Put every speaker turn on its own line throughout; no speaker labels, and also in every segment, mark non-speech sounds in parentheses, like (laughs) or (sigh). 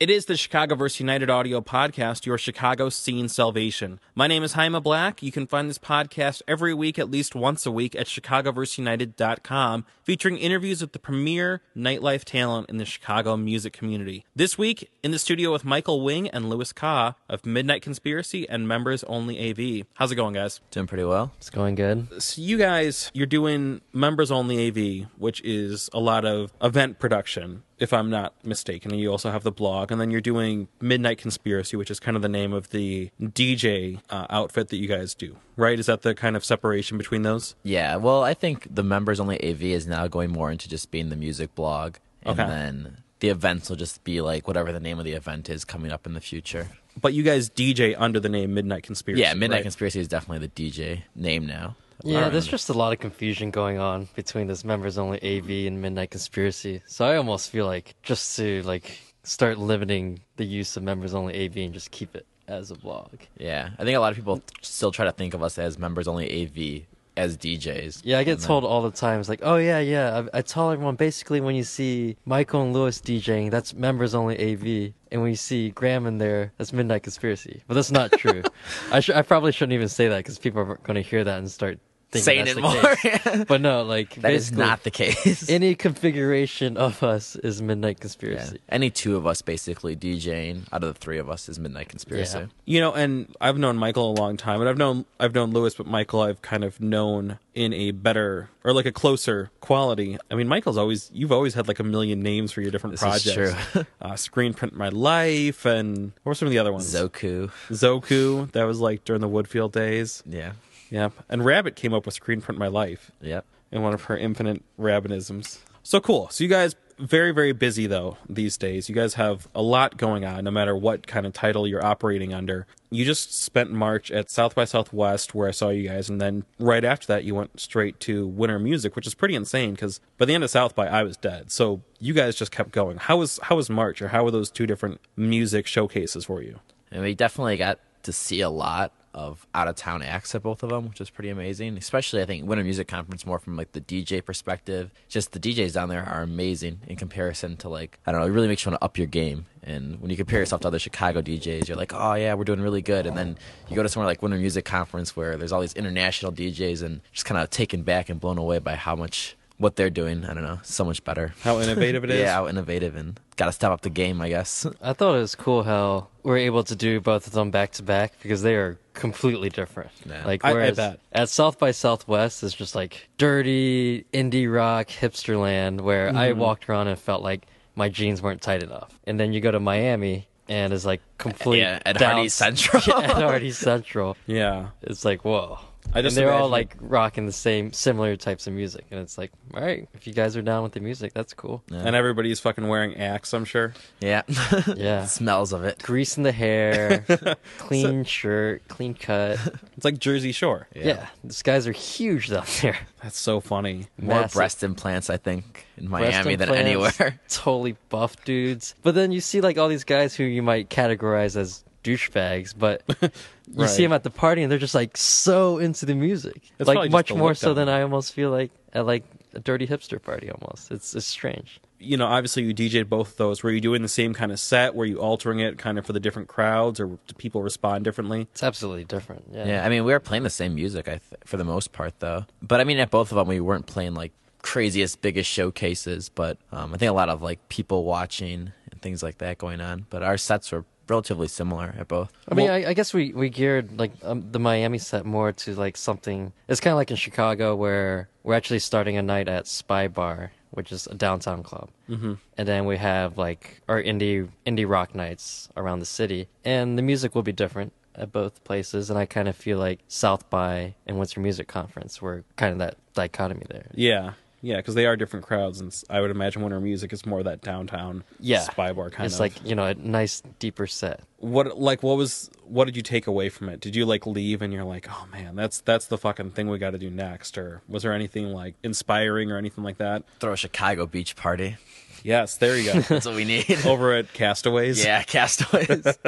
It is the Chicago vs. United audio podcast, your Chicago scene salvation. My name is Haima Black. You can find this podcast every week, at least once a week, at chicagoversusunited.com, featuring interviews with the premier nightlife talent in the Chicago music community. This week, in the studio with Michael Wing and Lewis Ka of Midnight Conspiracy and Members Only AV. How's it going, guys?
Doing pretty well.
It's going good.
So you guys, you're doing members only AV, which is a lot of event production, if I'm not mistaken. And you also have the blog, and then you're doing Midnight Conspiracy, which is kind of the name of the DJ uh, outfit that you guys do, right? Is that the kind of separation between those?
Yeah. Well, I think the members only AV is now going more into just being the music blog, and
Okay.
then the events will just be like whatever the name of the event is coming up in the future.
But you guys DJ under the name Midnight Conspiracy.
Yeah, Midnight
right?
Conspiracy is definitely the DJ name now.
Yeah,
Alright.
there's just a lot of confusion going on between this members only AV and Midnight Conspiracy. So I almost feel like just to like start limiting the use of members only AV and just keep it as a blog.
Yeah, I think a lot of people still try to think of us as members only AV as DJs.
Yeah, I get
And then-
told all the time, it's like, oh yeah, yeah. I, I tell everyone basically when you see Michael and Lewis DJing, that's members only AV, and when you see Graham in there, that's Midnight Conspiracy. But that's not
(laughs)
true. I sh- I probably shouldn't even say that because people are going to hear that and start thinking
Saying
that's
it
the
more.
case. but no, like
(laughs) that is
basically,
not the case.
any configuration of us is Midnight
Yeah.
Conspiracy.
Any two of us basically DJing out of the three of us is Midnight Conspiracy.
Yeah.
You know, and I've known Michael a long time, and I've known I've known Lewis, but Michael I've kind of known in a better or like a closer quality. I mean, Michael's always you've always had like a million names for your different
This
projects.
is
(laughs) uh, Screen Print My Life, and what were some of the other ones?
Zoku.
Zoku, that was like during the Woodfield days.
Yeah.
Yep, and Rabbit came up with Screen Print My Life
Yep.
in one of her infinite rabbinisms. So cool. So you guys very very busy though these days. You guys have a lot going on no matter what kind of title you're operating under. You just spent March at South by Southwest where I saw you guys and then right after that you went straight to Winter Music, which is pretty insane cuz by the end of South by I was dead. So you guys just kept going. How was how was March or how were those two different music showcases for you?
And we definitely got to see a lot of out of town acts at both of them, which was pretty amazing. Especially, I think Winter Music Conference more from like the DJ perspective. Just the DJs down there are amazing in comparison to like I don't know. It really makes you want to up your game. And when you compare yourself to other Chicago DJs, you're like, oh yeah, we're doing really good. And then you go to somewhere like Winter Music Conference where there's all these international DJs and just kind of taken back and blown away by how much what they're doing. I don't know, so much better.
How innovative it is.
(laughs) Yeah, how innovative and got to step up the game, I guess.
I thought it was cool how we're able to do both of them back to back because they are completely different.
Yeah.
Like
I- I
whereas
bet.
at South by Southwest is just like dirty indie rock hipster land where I
Mm-hmm.
walked around and felt like my jeans weren't tight enough. And then you go to Miami and it's like complete
Yeah, at
down-
Hardy Central.
(laughs) Yeah, at Hardy Central.
Yeah.
It's like whoa.
I just
and they're all like
imagine-
rocking the same similar types of music and it's like all right if you guys are down with the music that's cool
And everybody's fucking wearing axe, I'm sure.
Yeah. (laughs)
yeah
Smells of it.
grease in
(laughs)
the hair, clean shirt, clean cut.
It's like Jersey Shore.
Yeah. these guys are huge down there.
That's so funny.
More
Massive.
breast implants, I think, in
Breast
Miami than
implants,
anywhere.
(laughs)
(laughs)
totally buff dudes. But then you see like all these guys who you might categorize as douchebags, but you
Right.
see them at the party and they're just like so into the music,
It's probably
like
just
much
the
more
look
so
down
than
there.
I almost feel like at like a dirty hipster party. Almost, it's it's strange.
you know, obviously you DJ'd both of those. Were you doing the same kind of set? Were you altering it kind of for the different crowds, or do people respond differently?
It's absolutely different. Yeah.
Yeah, I mean, we were playing the same music I th- for the most part, though. But I mean, at both of them, we weren't playing like craziest, biggest showcases. But um, I think a lot of like people watching and things like that going on. But our sets were relatively similar at both.
I mean, I, I guess we, we geared like um, the Miami set more to like something. It's kind of like in Chicago where we're actually starting a night at Spy Bar, which is a downtown club, mm-hmm. and then we have like our indie indie rock nights around the city, and the music will be different at both places. And I kind of feel like South by and Winter Music Conference were kind of that dichotomy there.
Yeah, yeah, because they are different crowds, and s- I would imagine winter music is more that downtown,
Yeah,
spy bar kind
It's
of.
like you know a nice deeper set.
what, like what was, what did you take away from it? Did you like leave and you're like, oh man, that's that's the fucking thing we got to do next, or was there anything like inspiring or anything like that?
Throw a Chicago beach party. (laughs)
Yes, there you go.
(laughs)
That's what we need. (laughs)
Over at Castaways.
yeah, Castaways.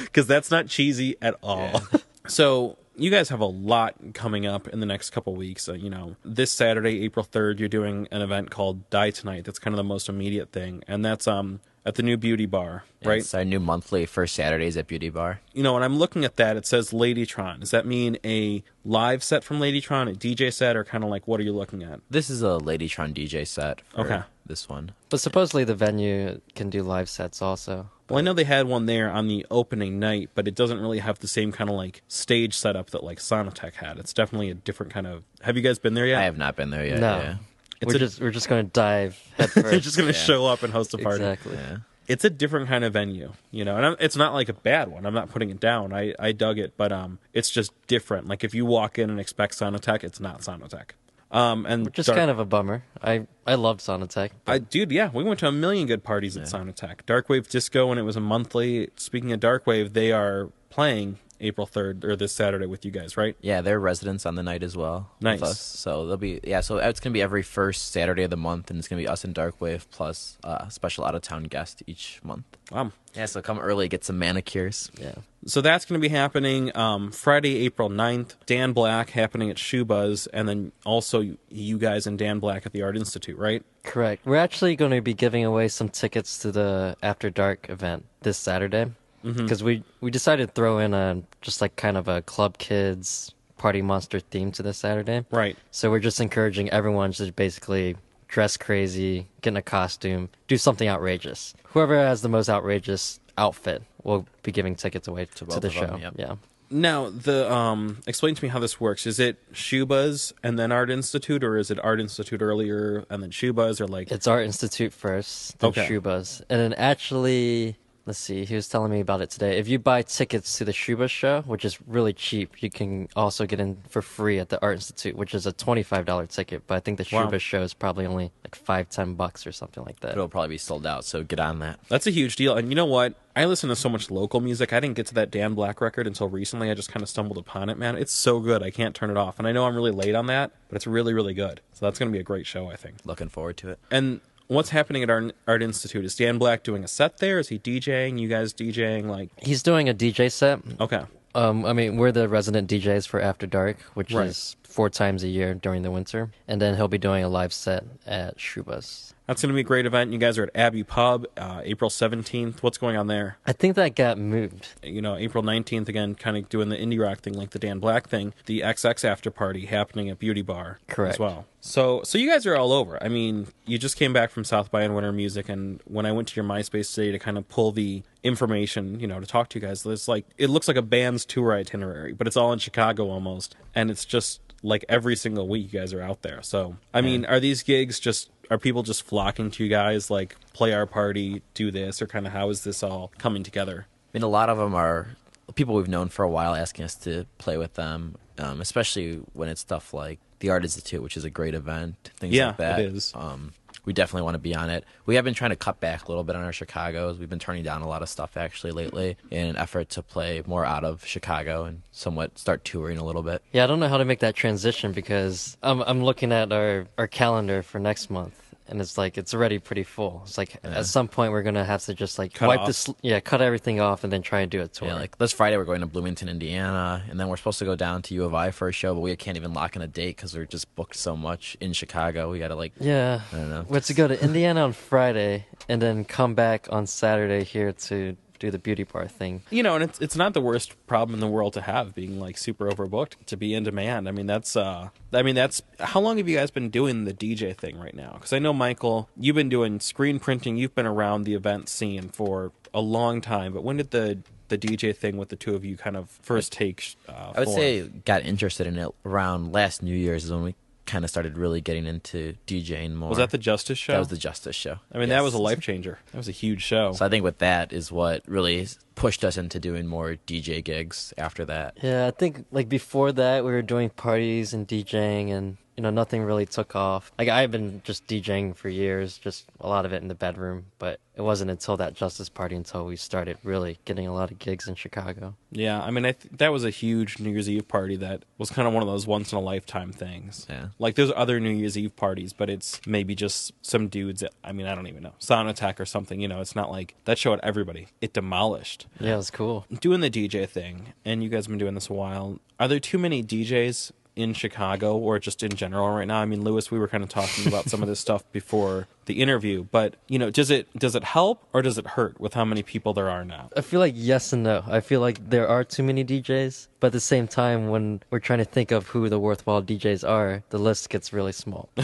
because that's not cheesy at all. (laughs) so you guys have a lot coming up in the next couple weeks. Uh, you know, this Saturday, April third, you're doing an event called Die Tonight. That's kind of the most immediate thing, and that's um at the new beauty bar, right?
It's our new monthly first Saturdays at Beauty Bar.
you know, and I'm looking at that, it says Ladytron. Does that mean a live set from Ladytron, a DJ set, or kind of like what are you looking at?
This is a Ladytron DJ set. For
Okay.
This one.
But supposedly the venue can do live sets also.
Well, I know they had one there on the opening night, but it doesn't really have the same kind of like stage setup that like Sonatech had. It's definitely a different kind of. Have you guys been there yet?
I have not been there yet.
no,
Yeah.
It's
we're
a-
just we're just going to
(laughs)
dive
They're
headfirst.
just gonna show up and host a party.
exactly.
yeah.
It's a different kind of venue, you know, and I'm, it's not like a bad one. I'm not putting it down. I I dug it, but um, it's just different. Like if you walk in and expect Sonatech, it's not Sonatech. Um, and
Which is
Dark-
kind of a bummer. I I loved Sonatech.
I, dude, yeah, we went to a million good parties at Sound Attack. Darkwave Disco, when it was a monthly. Speaking of Darkwave, they are playing April third or this Saturday with you guys, right?
Yeah, they're residents on the night as well. with
Nice.
us. So they'll be yeah. So it's gonna be every first Saturday of the month, and it's gonna be us and Darkwave plus uh, special out of town guest each month.
Um,
Yeah. So come early, get some manicures.
Yeah.
so that's going to be happening um, Friday, April 9th. Dan Black happening at Shoebuzz, and then also you- you guys and Dan Black at the Art Institute, right?
Correct. We're actually going to be giving away some tickets to the After Dark event this Saturday
Mm-hmm.
because we we decided to throw in a just like kind of a club kids party monster theme to this Saturday.
Right.
So we're just encouraging everyone to basically dress crazy, get in a costume, do something outrageous. Whoever has the most outrageous outfit will be giving tickets away to,
both
the
of
show.
'em, yep.
Yeah.
Now, the um, explain to me how this works. Is it Shoebuzz and then Art Institute, or is it Art Institute earlier and then Shoebuzz, or like
It's our institute first, then
Okay.
Shuba's. And then actually, let's see, he was telling me about it today. If you buy tickets to the Shuba show, which is really cheap, you can also get in for free at the Art Institute, which is a $25 ticket. But I think the
Wow.
Shuba show is probably only like five, ten bucks or something like that.
It'll probably be sold out. So get on that.
That's a huge deal. And you know what? I listen to so much local music. I didn't get to that Dan Black record until recently. I just kind of stumbled upon it, man. It's so good. I can't turn it off. And I know I'm really late on that, but it's really, really good. So that's going to be a great show, I think.
Looking forward to it.
And what's happening at Art, Art Institute? Is Dan Black doing a set there? Is he DJing? You guys DJing? Like,
He's doing a DJ set.
okay.
Um, I mean, we're the resident DJs for After Dark, which
Right.
is four times a year during the winter. And then he'll be doing a live set at Shuba's.
That's going to be a great event. You guys are at Abbey Pub, uh, April 17th. What's going on there?
I think that got moved.
you know, April 19th, again, kind of doing the indie rock thing like the Dan Black thing, the XX after party happening at Beauty Bar
Correct.
as well. So, so you guys are all over. I mean, you just came back from South by and Winter Music, and when I went to your MySpace today to kind of pull the information, you know, to talk to you guys, it's like, it looks like a band's tour itinerary, but it's all in Chicago almost. And it's just like every single week you guys are out there. So, I mean, are these gigs just, are people just flocking to you guys, like play our party, do this, or kind of how is this all coming together?
I mean, a lot of them are people we've known for a while asking us to play with them, um, especially when it's stuff like the Art Institute, which is a great event, things
Yeah,
like that.
it is.
Um, we definitely want to be on it. We have been trying to cut back a little bit on our Chicago's. We've been turning down a lot of stuff actually lately in an effort to play more out of Chicago and somewhat start touring a little bit.
Yeah, I don't know how to make that transition because I'm I'm looking at our our calendar for next month and it's like it's already pretty full. It's like at some point we're gonna have to just like
Cut
wipe
off.
this yeah cut everything off and then try and do a tour.
Yeah, like this Friday we're going to Bloomington, Indiana, and then we're supposed to go down to U of I for a show, but we can't even lock in a date because we're just booked so much in Chicago. We got to like
yeah.
I don't know.
We have to go to Indiana on Friday and then come back on Saturday here to do the beauty bar thing.
you know, and it's it's not the worst problem in the world to have being like super overbooked to be in demand. I mean, that's uh, I mean that's how long have you guys been doing the DJ thing right now? Because I know Michael, you've been doing screen printing, you've been around the event scene for a long time. But when did the the DJ thing with the two of you kind of first take? Uh,
I would
form?
say got interested in it around last New Year's is when we kind of started really getting into DJing more.
was that the Justice show?
That was the Justice show.
I mean, that was a life changer. That was a huge show.
So I think with that is what really pushed us into doing more DJ gigs after that.
Yeah, I think like before that we were doing parties and DJing and you know nothing really took off. Like I've been just DJing for years, just a lot of it in the bedroom, but it wasn't until that Justice party until we started really getting a lot of gigs in Chicago.
Yeah, I mean, I th- that was a huge New Year's Eve party that was kind of one of those once in a lifetime things.
Yeah.
Like, there's other New Year's Eve parties, but it's maybe just some dudes. That, I mean, I don't even know. Sound Attack or something, you know, it's not like that show at everybody. It demolished.
Yeah, it was cool.
Doing the DJ thing, and you guys have been doing this a while. Are there too many DJs in Chicago or just in general right now? I mean, Lewis, we were kind of talking about some of this (laughs) stuff before the interview, but you know, does it does it help or does it hurt with how many people there are now?
I feel like yes and no. I feel like there are too many DJs, but at the same time, when we're trying to think of who the worthwhile DJs are, the list gets really small. (laughs)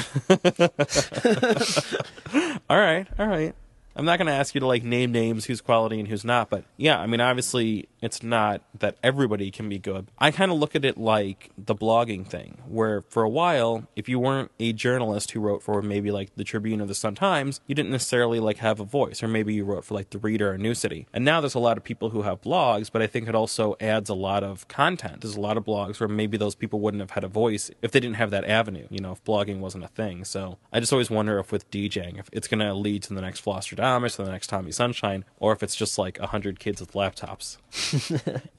All right, all right. I'm not going to ask you to like name names who's quality and who's not, but yeah, I mean, obviously it's not that everybody can be good. I kind of look at it like the blogging thing, where for a while, if you weren't a journalist who wrote for maybe like the Tribune or the Sun Times, you didn't necessarily like have a voice, or maybe you wrote for like the Reader or New City. And now there's a lot of people who have blogs, but I think it also adds a lot of content. There's a lot of blogs where maybe those people wouldn't have had a voice if they didn't have that avenue, you know, if blogging wasn't a thing. So I just always wonder if with DJing, if it's going to lead to the next Flostradamus or the next Tommy Sunshine, or if it's just like 100 kids with laptops.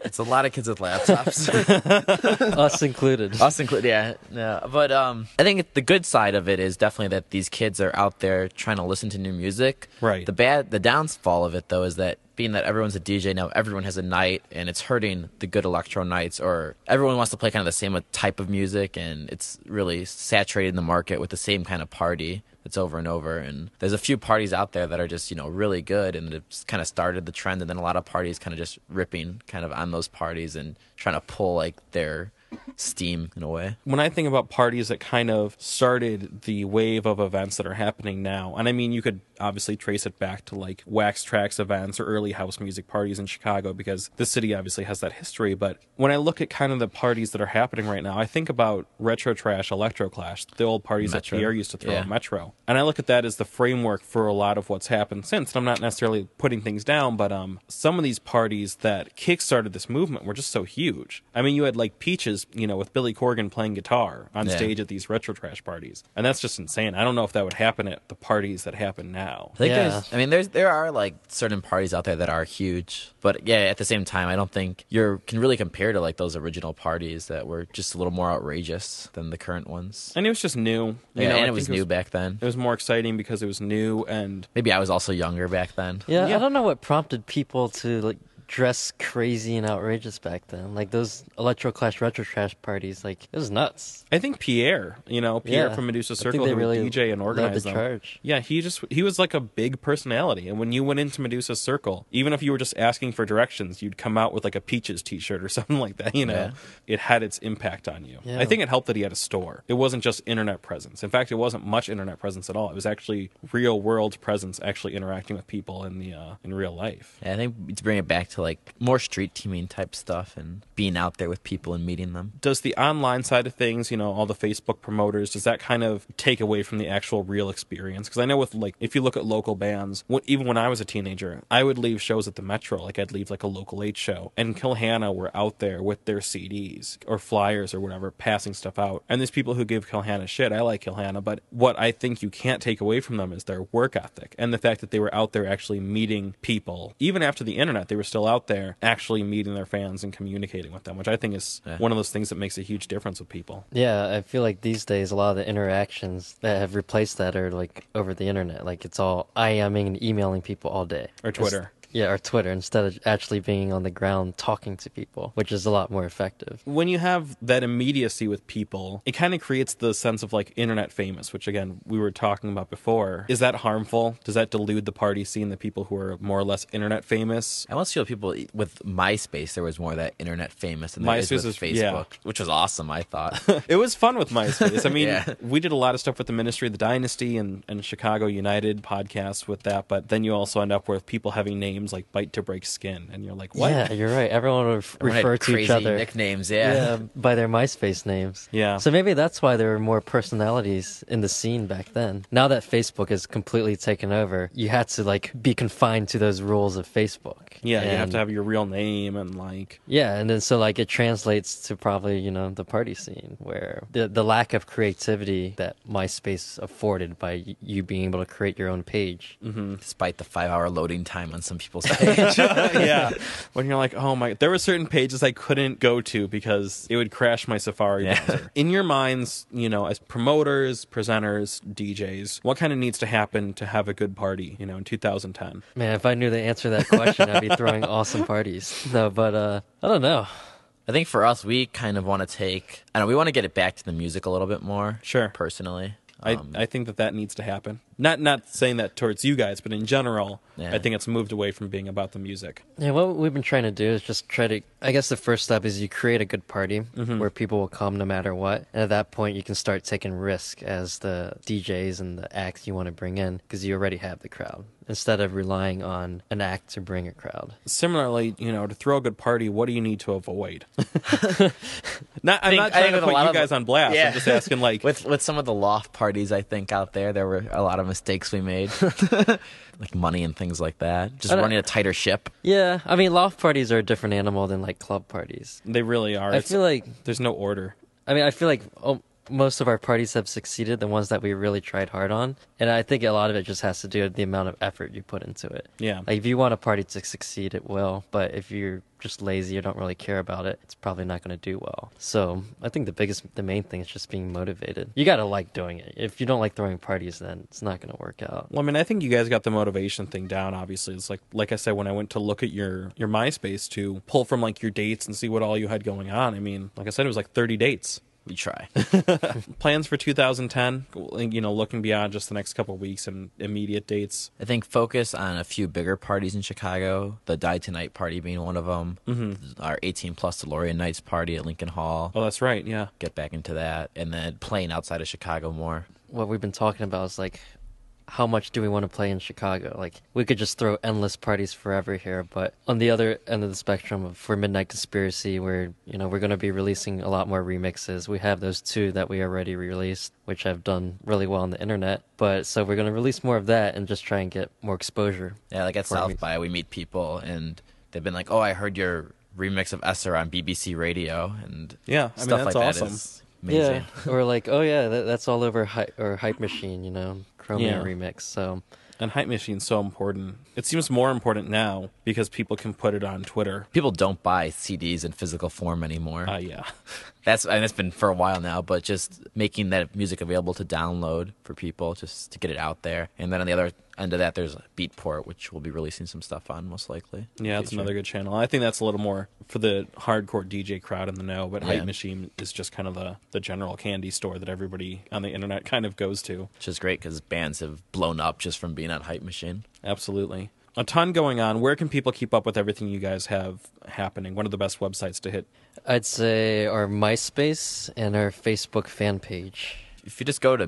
It's a lot of kids with laptops.
Us included.
(laughs) Us included, yeah, yeah. But um, I think the good side of it is definitely that these kids are out there trying to listen to new music.
Right.
The bad, the downfall of it though is that being that everyone's a DJ now, everyone has a night, and it's hurting the good electro nights. Or everyone wants to play kind of the same uh, type of music, and it's really saturating the market with the same kind of party. It's over and over, and there's a few parties out there that are just you know really good, and it's kind of started the trend, and then a lot of parties kind of just ripping kind of on those parties and trying to pull like their steam in a way.
when I think about parties that kind of started the wave of events that are happening now, and I mean, you could obviously trace it back to like Wax Tracks events or early house music parties in Chicago because the city obviously has that history. But when I look at kind of the parties that are happening right now, I think about Retro Trash, Electro Clash, the old parties
Metro.
that Pierre used to throw
Yeah.
in Metro. And I look at that as the framework for a lot of what's happened since. And I'm not necessarily putting things down, but um, some of these parties that kickstarted this movement were just so huge. I mean, you had like Peaches, you know, with Billy Corgan playing guitar on
Yeah.
stage at these retro trash parties, and that's just insane. I don't know if that would happen at the parties that happen now.
I think
Yeah.
there's, I mean, there's there are like certain parties out there that are huge, but yeah, at the same time, I don't think you can really compare to like those original parties that were just a little more outrageous than the current ones.
And it was just new, you
yeah,
know,
and
I
it was
think
new back then.
It was more exciting because it was new and
Maybe I was also younger back then.
Yeah,
Yeah.
I don't know what prompted people to like dress crazy and outrageous back then. Like those electro clash retro trash parties, like it was nuts.
I think Pierre, you know, Pierre
Yeah.
from Medusa
I think
Circle,
they
who would
really
DJ and
led
organized
the
them.
charge.
Yeah, he just he was like a big personality. And when you went into Medusa Circle, even if you were just asking for directions, you'd come out with like a peaches T-shirt or (laughs) something like that. You know,
Yeah.
it had its impact on you.
Yeah.
I think it helped that he had a store. It wasn't just internet presence. In fact, it wasn't much internet presence at all. It was actually real world presence, actually interacting with people in the uh, in real life.
Yeah, I think to bring it back to like more street teaming type stuff and being out there with people and meeting them.
does the online side of things, you know, all the Facebook promoters, does that kind of take away from the actual real experience? Because I know with like, if you look at local bands, what, even when I was a teenager, I would leave shows at the Metro. Like I'd leave like a local eight show, and Kilhanna were out there with their CDs or flyers or whatever, passing stuff out. And there's people who give Kilhanna shit. I like Kilhanna, but what I think you can't take away from them is their work ethic and the fact that they were out there actually meeting people. Even after the internet, they were still out there actually meeting their fans and communicating with them, which I think is
Yeah.
one of those things that makes a huge difference with people.
Yeah, I feel like these days a lot of the interactions that have replaced that are like over the internet. Like it's all IMing and emailing people all day.
Or Twitter.
It's- yeah, or Twitter instead of actually being on the ground talking to people, which is a lot more effective.
When you have that immediacy with people, it kind of creates the sense of like internet famous, which again, we were talking about before. Is that harmful? Does that delude the party scene, the people who are more or less internet famous?
I almost feel people e, with MySpace there was more of that internet famous than there is
MySpace is-
with
yeah.
Facebook, which was awesome. I thought.
It was fun with MySpace. I mean,
Yeah.
we did a lot of stuff with the Ministry of the Dynasty and, and Chicago United podcasts with that, but then you also end up with people having names like Bite to Break Skin, and you're like, what?
Yeah, you're right. Everyone would ref-
Everyone had
refer to each
crazy
other.
Nicknames,
yeah, by their MySpace names.
Yeah.
So maybe that's why there were more personalities in the scene back then. Now that Facebook has completely taken over, you had to like be confined to those rules of Facebook.
Yeah, you have
And-
to have your real name and like (laughs)
Yeah, and then so like it translates to probably you know the party scene where the the lack of creativity that MySpace afforded by y- you being able to create your own page.
Mm-hmm.
despite the five hour loading time on some people's (laughs) page.
yeah. When you're like, oh my, there were certain pages I couldn't go to because it would crash my Safari
Yeah.
browser. In your minds, you know, as promoters, presenters, DJs, what kind of needs to happen to have a good party, you know, in 2010? (laughs)
Man, if I knew the answer to that question, I'd be throwing awesome parties. No, but uh, I don't know.
I think for us, we kind of want to take. I don't. know, We want to get it back to the music a little bit more.
Sure.
Personally,
I,
Um,
I think that that needs to happen. Not not saying that towards you guys, but in general,
Yeah.
I think it's moved away from being about the music.
Yeah, what we've been trying to do is just try to. I guess the first step is you create a good party where people will come no matter what. And at that point, you can start taking risk as the DJs and the acts you want to bring in because you already have the crowd instead of relying on an act to bring a crowd.
Similarly, you know, to throw a good party, what do you need to (laughs) avoid? not, I'm
think-
not
I think
trying to
with a
put
lot
you
of-
guys on blast.
Yeah.
I'm just asking, (laughs) like,
with with some of the loft parties, I think out there there were a lot of mistakes
(laughs)
we made, like money and things like that. Just
I don't-
running a tighter ship.
Yeah, I mean, loft parties are a different animal than like club parties.
they really are.
I
It's-
feel like.
there's no order.
I mean, I feel like oh, most of our parties have succeeded, the ones that we really tried hard on. And I think a lot of it just has to do with the amount of effort you put into it.
Yeah.
Like, if you want a party to succeed, it will. But if you're just lazy or don't really care about it, it's probably not going to do well. So I think the biggest, the main thing is just being motivated. You got to like doing it. If you don't like throwing parties, then it's not going to work out.
Well, I mean, I think you guys got the motivation thing down. Obviously, it's like like I said when I went to look at your your MySpace to pull from like your dates and see what all you had going on. I mean, like I said, it was like 30 dates.
We try.
Plans for 2010, you know, looking beyond just the next couple weeks and immediate dates.
I think focus on a few bigger parties in Chicago. The Die Tonight party being one of them. Our 18 plus DeLorean Nights party at Lincoln Hall.
Mm-hmm. Oh, that's right. Yeah.
Get back into that, and then playing outside of Chicago more.
What we've been talking about is like, how much do we want to play in Chicago? Like, we could just throw endless parties forever here. But on the other end of the spectrum, of for Midnight Conspiracy, where, you know, we're going to be releasing a lot more remixes. We have those two that we already released, which have done really well on the internet. But so we're going to release more of that and just try and get more exposure.
Yeah, like at
Before
South
we-
by, we meet people, and they've been like, "Oh, I heard your remix of Esther on BBC Radio," and
Yeah, I mean,
stuff
that's
like that
awesome.
is amazing.
Yeah. (laughs) or like, oh, yeah, that, that's all over Hy- or Hype Machine, you know, Chromium
Yeah.
remix. So
And hype machine's so important. It seems more important now because people can put it on Twitter.
People don't buy CDs in physical form anymore.
Uh,
(laughs)
yeah.
that's and it's been for a while now, but just making that music available to download for people, just to get it out there. And then on the other end of that, there's Beatport, which we'll be releasing some stuff on most likely.
Yeah, that's another good channel. I think that's a little more for the hardcore DJ crowd in the know, but Hype
Yeah.
Machine is just kind of the, the general candy store that everybody on the internet kind of goes to.
which is great because bands have blown up just from being on Hype Machine.
Absolutely. A ton going on. Where can people keep up with everything you guys have happening? One of the best websites to hit.
I'd say our MySpace and our Facebook fan page.
If you just go to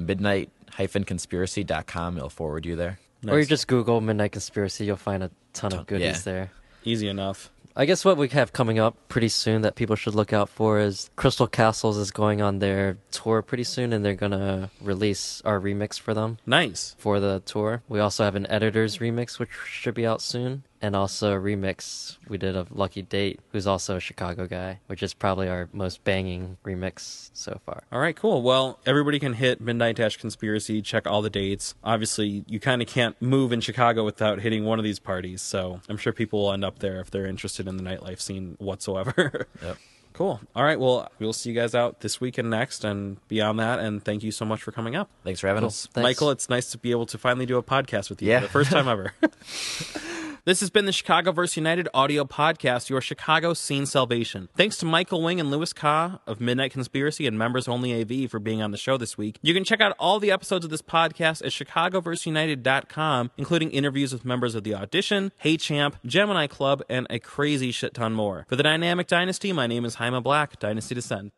midnight-conspiracy.com, it'll forward you there.
Or you
Nice.
just Google Midnight Conspiracy, you'll find a ton,
Ton-
of goodies
yeah.
there.
Easy enough.
I guess what we have coming up pretty soon that people should look out for is Crystal Castles is going on their tour pretty soon, and they're gonna release our remix for them
Nice.
for the tour. We also have an editor's remix which should be out soon, and also a remix we did of Lucky Date, who's also a Chicago guy, which is probably our most banging remix so far.
All right, cool. Well, everybody can hit Midnight Dash Conspiracy, check all the dates. Obviously, you kind of can't move in Chicago without hitting one of these parties, so I'm sure people will end up there if they're interested in the nightlife scene whatsoever. (laughs)
Yep.
Cool. All right, well, we'll see you guys out this week and next and beyond that, and thank you so much for coming up.
Thanks for having us.
Thanks.
Michael, it's nice to be able to finally do a podcast with you.
Yeah.
For the first time ever. (laughs) this has been the Chicago vs. United audio podcast, your Chicago scene salvation. Thanks to Michael Wing and Lewis Ka of Midnight Conspiracy and Members Only AV for being on the show this week. You can check out all the episodes of this podcast at chicagoversunited.com, including interviews with members of The Audition, Hey Champ, Gemini Club, and a crazy shit ton more. For the Dynamic Dynasty, my name is Haima Black, Dynasty Descend.